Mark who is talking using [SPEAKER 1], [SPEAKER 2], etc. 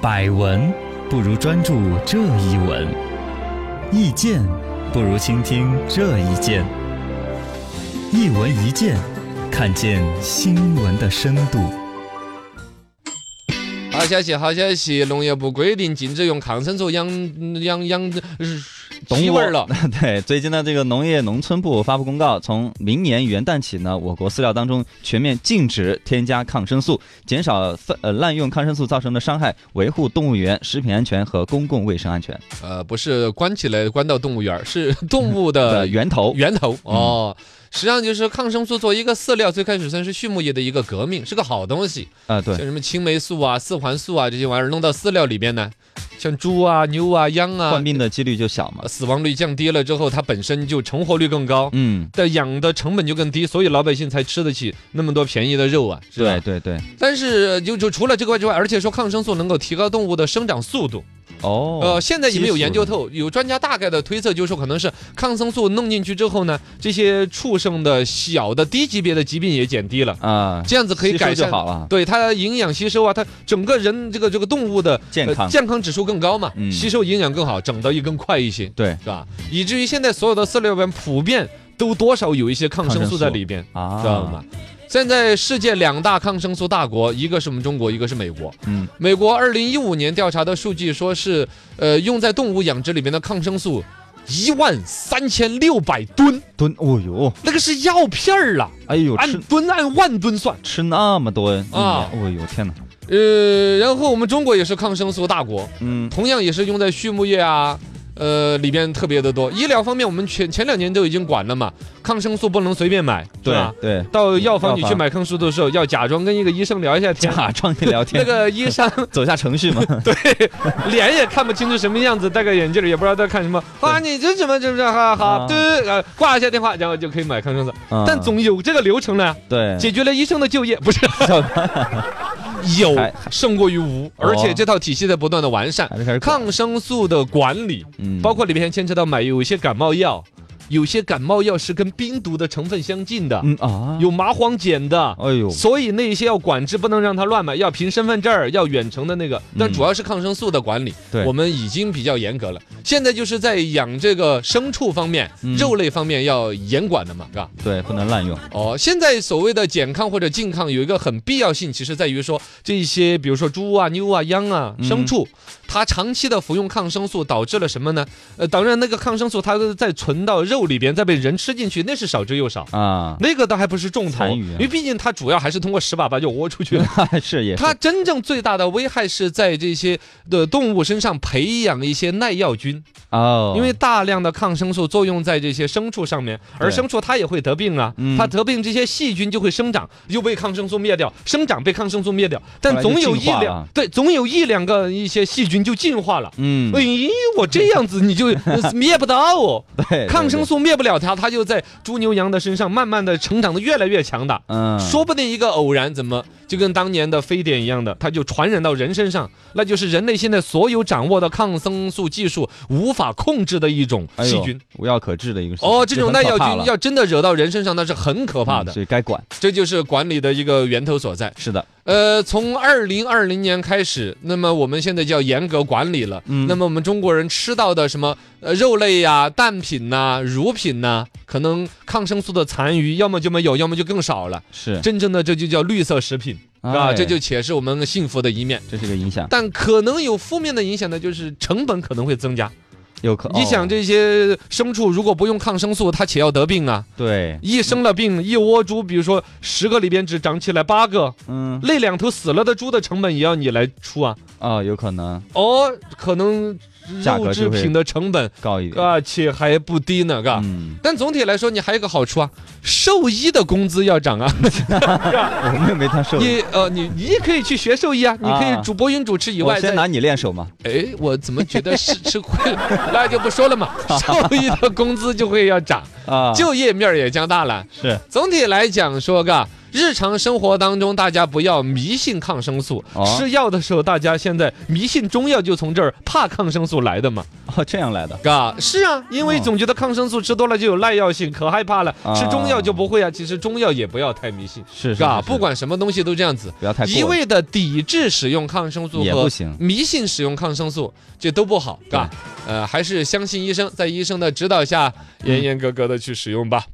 [SPEAKER 1] 百闻不如专注这一闻，意见不如倾听这一见。一闻一见，看见新闻的深度。
[SPEAKER 2] 好消息，好消息！农业部规定禁止用抗生素养养养
[SPEAKER 3] 动物
[SPEAKER 2] 鸡味儿了。
[SPEAKER 3] 对，最近呢，这个农业农村部发布公告，从明年元旦起呢，我国饲料当中全面禁止添加抗生素，减少泛呃滥用抗生素造成的伤害，维护动物园食品安全和公共卫生安全
[SPEAKER 2] 呃，不是关起来关到动物园儿，是 动物的
[SPEAKER 3] 的源头。
[SPEAKER 2] 呃
[SPEAKER 3] 嗯
[SPEAKER 2] 源头哦。实际上就是抗生素作为一个饲料，最开始算是畜牧业的一个革命，是个好东西。
[SPEAKER 3] 啊，
[SPEAKER 2] 像
[SPEAKER 3] 对，
[SPEAKER 2] 什么青霉素啊、四环素啊这些玩意儿弄到饲料里边呢，像猪啊、牛啊、羊啊
[SPEAKER 3] 患，病的几率就小嘛
[SPEAKER 2] 呃。死亡率降低了之后，它本身就成活率更高，
[SPEAKER 3] 嗯，
[SPEAKER 2] 但养的成本就更低，所以老百姓才吃得起那么多便宜的肉啊，是吧
[SPEAKER 3] 对？对对，
[SPEAKER 2] 但是呃就就除了这个之外，而且说抗生素能够提高动物的生长速度。
[SPEAKER 3] 哦
[SPEAKER 2] 呃，，现在也没有
[SPEAKER 3] 激素
[SPEAKER 2] 研究透，有专家大概的推测，就是说可能是抗生素弄进去之后呢，这些畜生的小的低级别的疾病也减低了，
[SPEAKER 3] 啊，
[SPEAKER 2] 呃这样子可以
[SPEAKER 3] 吸收
[SPEAKER 2] 改善
[SPEAKER 3] 就。好了。
[SPEAKER 2] 对它营养吸收啊，它整个人这个这个动物的
[SPEAKER 3] 健康
[SPEAKER 2] 呃健康指数更高嘛，
[SPEAKER 3] 嗯
[SPEAKER 2] 吸收营养更好，长得也更快一些，
[SPEAKER 3] 对
[SPEAKER 2] 是吧？以至于现在所有的饲料里边普遍都多少有一些抗
[SPEAKER 3] 抗
[SPEAKER 2] 生
[SPEAKER 3] 生
[SPEAKER 2] 素在
[SPEAKER 3] 素
[SPEAKER 2] 里边。
[SPEAKER 3] 啊，
[SPEAKER 2] 知道吗？？现在世界两大抗生素大国，一个是我们中国，一个是美国。
[SPEAKER 3] 嗯，
[SPEAKER 2] 美国二零一五年调查的数据说是，呃，用在动物养殖里面的抗生素一万三千六百吨，
[SPEAKER 3] 蹲，哦呦，
[SPEAKER 2] 那个是药片儿啊，
[SPEAKER 3] 哎呦，
[SPEAKER 2] 按
[SPEAKER 3] 吃
[SPEAKER 2] 吨按万吨算。
[SPEAKER 3] 吃那么多嗯
[SPEAKER 2] 啊
[SPEAKER 3] 哦呦，天哪，
[SPEAKER 2] 呃，然后我们中国也是抗生素大国，
[SPEAKER 3] 嗯，
[SPEAKER 2] 同样也是用在畜牧业啊。呃，里边特别的多。医疗方面，我们前前两年都已经管了嘛，抗生素不能随便买，是
[SPEAKER 3] 对
[SPEAKER 2] 吧？
[SPEAKER 3] 对，
[SPEAKER 2] 到药房
[SPEAKER 3] 药
[SPEAKER 2] 你去
[SPEAKER 3] 房
[SPEAKER 2] 买抗生素的时候，要假装跟一个医生聊一下天，
[SPEAKER 3] 假装你聊
[SPEAKER 2] 那
[SPEAKER 3] 天，
[SPEAKER 2] 个医生
[SPEAKER 3] 走下程序嘛，
[SPEAKER 2] 脸也看不清楚什么样子，戴个眼镜儿也不知道在看什 么。啊，你这什么这不是？哈哈，
[SPEAKER 3] 啊
[SPEAKER 2] 对，呃，挂一下电话，然后就可以买抗生素。
[SPEAKER 3] 嗯
[SPEAKER 2] 但总有这个流程呢，
[SPEAKER 3] 对，
[SPEAKER 2] 解决了医生的就业，不是
[SPEAKER 3] 笑
[SPEAKER 2] 有
[SPEAKER 3] 还
[SPEAKER 2] 胜过于无，而且这套体系在不断的完善。
[SPEAKER 3] 还是开始
[SPEAKER 2] 抗生素的管理，
[SPEAKER 3] 嗯
[SPEAKER 2] 包括里面牵扯到买有一些感冒药，有些感冒药是跟冰毒的成分相近的，
[SPEAKER 3] 嗯啊，
[SPEAKER 2] 有麻黄碱的，
[SPEAKER 3] 哎呦，
[SPEAKER 2] 所以那些要管制，不能让他乱买，要凭身份证儿，要远程的那个。但
[SPEAKER 3] 嗯
[SPEAKER 2] 主要是抗生素的管理，
[SPEAKER 3] 对
[SPEAKER 2] 我们已经比较严格了。现在就是在养这个牲畜方面、
[SPEAKER 3] 嗯
[SPEAKER 2] 肉类方面要严管的嘛，是吧？
[SPEAKER 3] 对，不能滥用，
[SPEAKER 2] 哦，现在所谓的减抗或者禁抗有一个很必要性，其实在于说这些，比如说猪啊、牛啊、羊啊、
[SPEAKER 3] 嗯
[SPEAKER 2] 牲畜，它长期的服用抗生素导致了什么呢？呃，当然那个抗生素它在存到肉里边，再被人吃进去，那是少之又少。
[SPEAKER 3] 啊，
[SPEAKER 2] 那个倒还不是重头，
[SPEAKER 3] 残余啊
[SPEAKER 2] 因为毕竟它主要还是通过屎粑粑就屙出去 了。
[SPEAKER 3] 是也是
[SPEAKER 2] 它真正最大的危害是在这些的动物身上培养一些耐药菌，
[SPEAKER 3] 哦，
[SPEAKER 2] 因为大量的抗生素作用在这些牲畜上面，而
[SPEAKER 3] 对
[SPEAKER 2] 牲畜它也会得病啊
[SPEAKER 3] 嗯，
[SPEAKER 2] 它得病这些细菌就会生长，又被抗生素灭掉，生长被抗生素灭掉，但
[SPEAKER 3] 后来就
[SPEAKER 2] 总有一
[SPEAKER 3] 进化
[SPEAKER 2] 两
[SPEAKER 3] 了
[SPEAKER 2] 对，总有一两个一些细菌就进化了。
[SPEAKER 3] 嗯，
[SPEAKER 2] 哎，我这样子你就呃灭不到哦。
[SPEAKER 3] 对，
[SPEAKER 2] 抗生
[SPEAKER 3] 素，
[SPEAKER 2] 素灭不了它，它就在猪牛羊的身上慢慢的成长的越来越强大。
[SPEAKER 3] 嗯，
[SPEAKER 2] 说不定一个偶然，怎么就跟当年的非典一样的，它就传染到人身上，那就是人类现在所有掌握的抗生素技术无法控制的一种
[SPEAKER 3] 哎
[SPEAKER 2] 细
[SPEAKER 3] 呦
[SPEAKER 2] 菌。
[SPEAKER 3] 无药可治的一个事情
[SPEAKER 2] 哦，这种耐药菌
[SPEAKER 3] 很可怕了
[SPEAKER 2] 要真的惹到人身上，那是很可怕
[SPEAKER 3] 嗯
[SPEAKER 2] 的。
[SPEAKER 3] 所以该管，
[SPEAKER 2] 这就是管理的一个源头所在。
[SPEAKER 3] 是的，
[SPEAKER 2] 呃，从二零二零年开始，那么我们现在就要严格管理了。
[SPEAKER 3] 嗯
[SPEAKER 2] 那么我们中国人吃到的什么呃肉类呀、蛋品呐、乳品呐、可能抗生素的残余，要么就没有，要么就更少了。
[SPEAKER 3] 是
[SPEAKER 2] 真正的这就叫绿色食品啊，
[SPEAKER 3] 哎
[SPEAKER 2] 这就且是我们幸福的一面。
[SPEAKER 3] 这是个影响，
[SPEAKER 2] 但可能有负面的影响呢，就是成本可能会增加。
[SPEAKER 3] 有可，
[SPEAKER 2] 你
[SPEAKER 3] 哦
[SPEAKER 2] 想这些牲畜如果不用抗生素，它且要得病啊！
[SPEAKER 3] 对，
[SPEAKER 2] 一生了病，一窝猪，比如说十个里边只长起来八个，
[SPEAKER 3] 嗯，
[SPEAKER 2] 那两头死了的猪的成本也要你来出啊！
[SPEAKER 3] 哦，有可能
[SPEAKER 2] 哦，可能
[SPEAKER 3] 价格
[SPEAKER 2] 肉制
[SPEAKER 3] 就会
[SPEAKER 2] 品的成本
[SPEAKER 3] 高一点，
[SPEAKER 2] 啊，且还不低呢，嘎。
[SPEAKER 3] 嗯，
[SPEAKER 2] 但总体来说，你还有一个好处啊，兽医的工资要 涨啊。
[SPEAKER 3] 我们也没他受，
[SPEAKER 2] 你呃，你你也可以去学兽医啊，你可以
[SPEAKER 3] 啊
[SPEAKER 2] 主播音主持以
[SPEAKER 3] 我
[SPEAKER 2] 外，
[SPEAKER 3] 先
[SPEAKER 2] 再
[SPEAKER 3] 拿你练手嘛，
[SPEAKER 2] 哎，我怎么觉得是吃亏了？ 那就不说了嘛， 兽医的工资就会要涨，
[SPEAKER 3] 啊，
[SPEAKER 2] 就业面儿也加大了。
[SPEAKER 3] 是
[SPEAKER 2] 总体来讲说，嘎。日常生活当中，大家不要迷信抗生素
[SPEAKER 3] 哦。
[SPEAKER 2] 吃药的时候，大家现在迷信中药，就从这儿怕抗生素来的嘛，
[SPEAKER 3] 哦，这样来的。
[SPEAKER 2] 嘎，是啊，因为
[SPEAKER 3] 哦
[SPEAKER 2] 总觉得抗生素吃多了就有耐药性，可害怕了
[SPEAKER 3] 啊。
[SPEAKER 2] 吃中药就不会啊，其实中药也不要太迷信，
[SPEAKER 3] 是是
[SPEAKER 2] 嘎，
[SPEAKER 3] 是
[SPEAKER 2] 不管什么东西都这样子。
[SPEAKER 3] 不要太过
[SPEAKER 2] 一味的抵制使用抗生素
[SPEAKER 3] 也
[SPEAKER 2] 和
[SPEAKER 3] 不行
[SPEAKER 2] 迷信使用抗生素，这都不好，嘎。呃，还是相信医生，在医生的指导下，严严格格的去使用吧。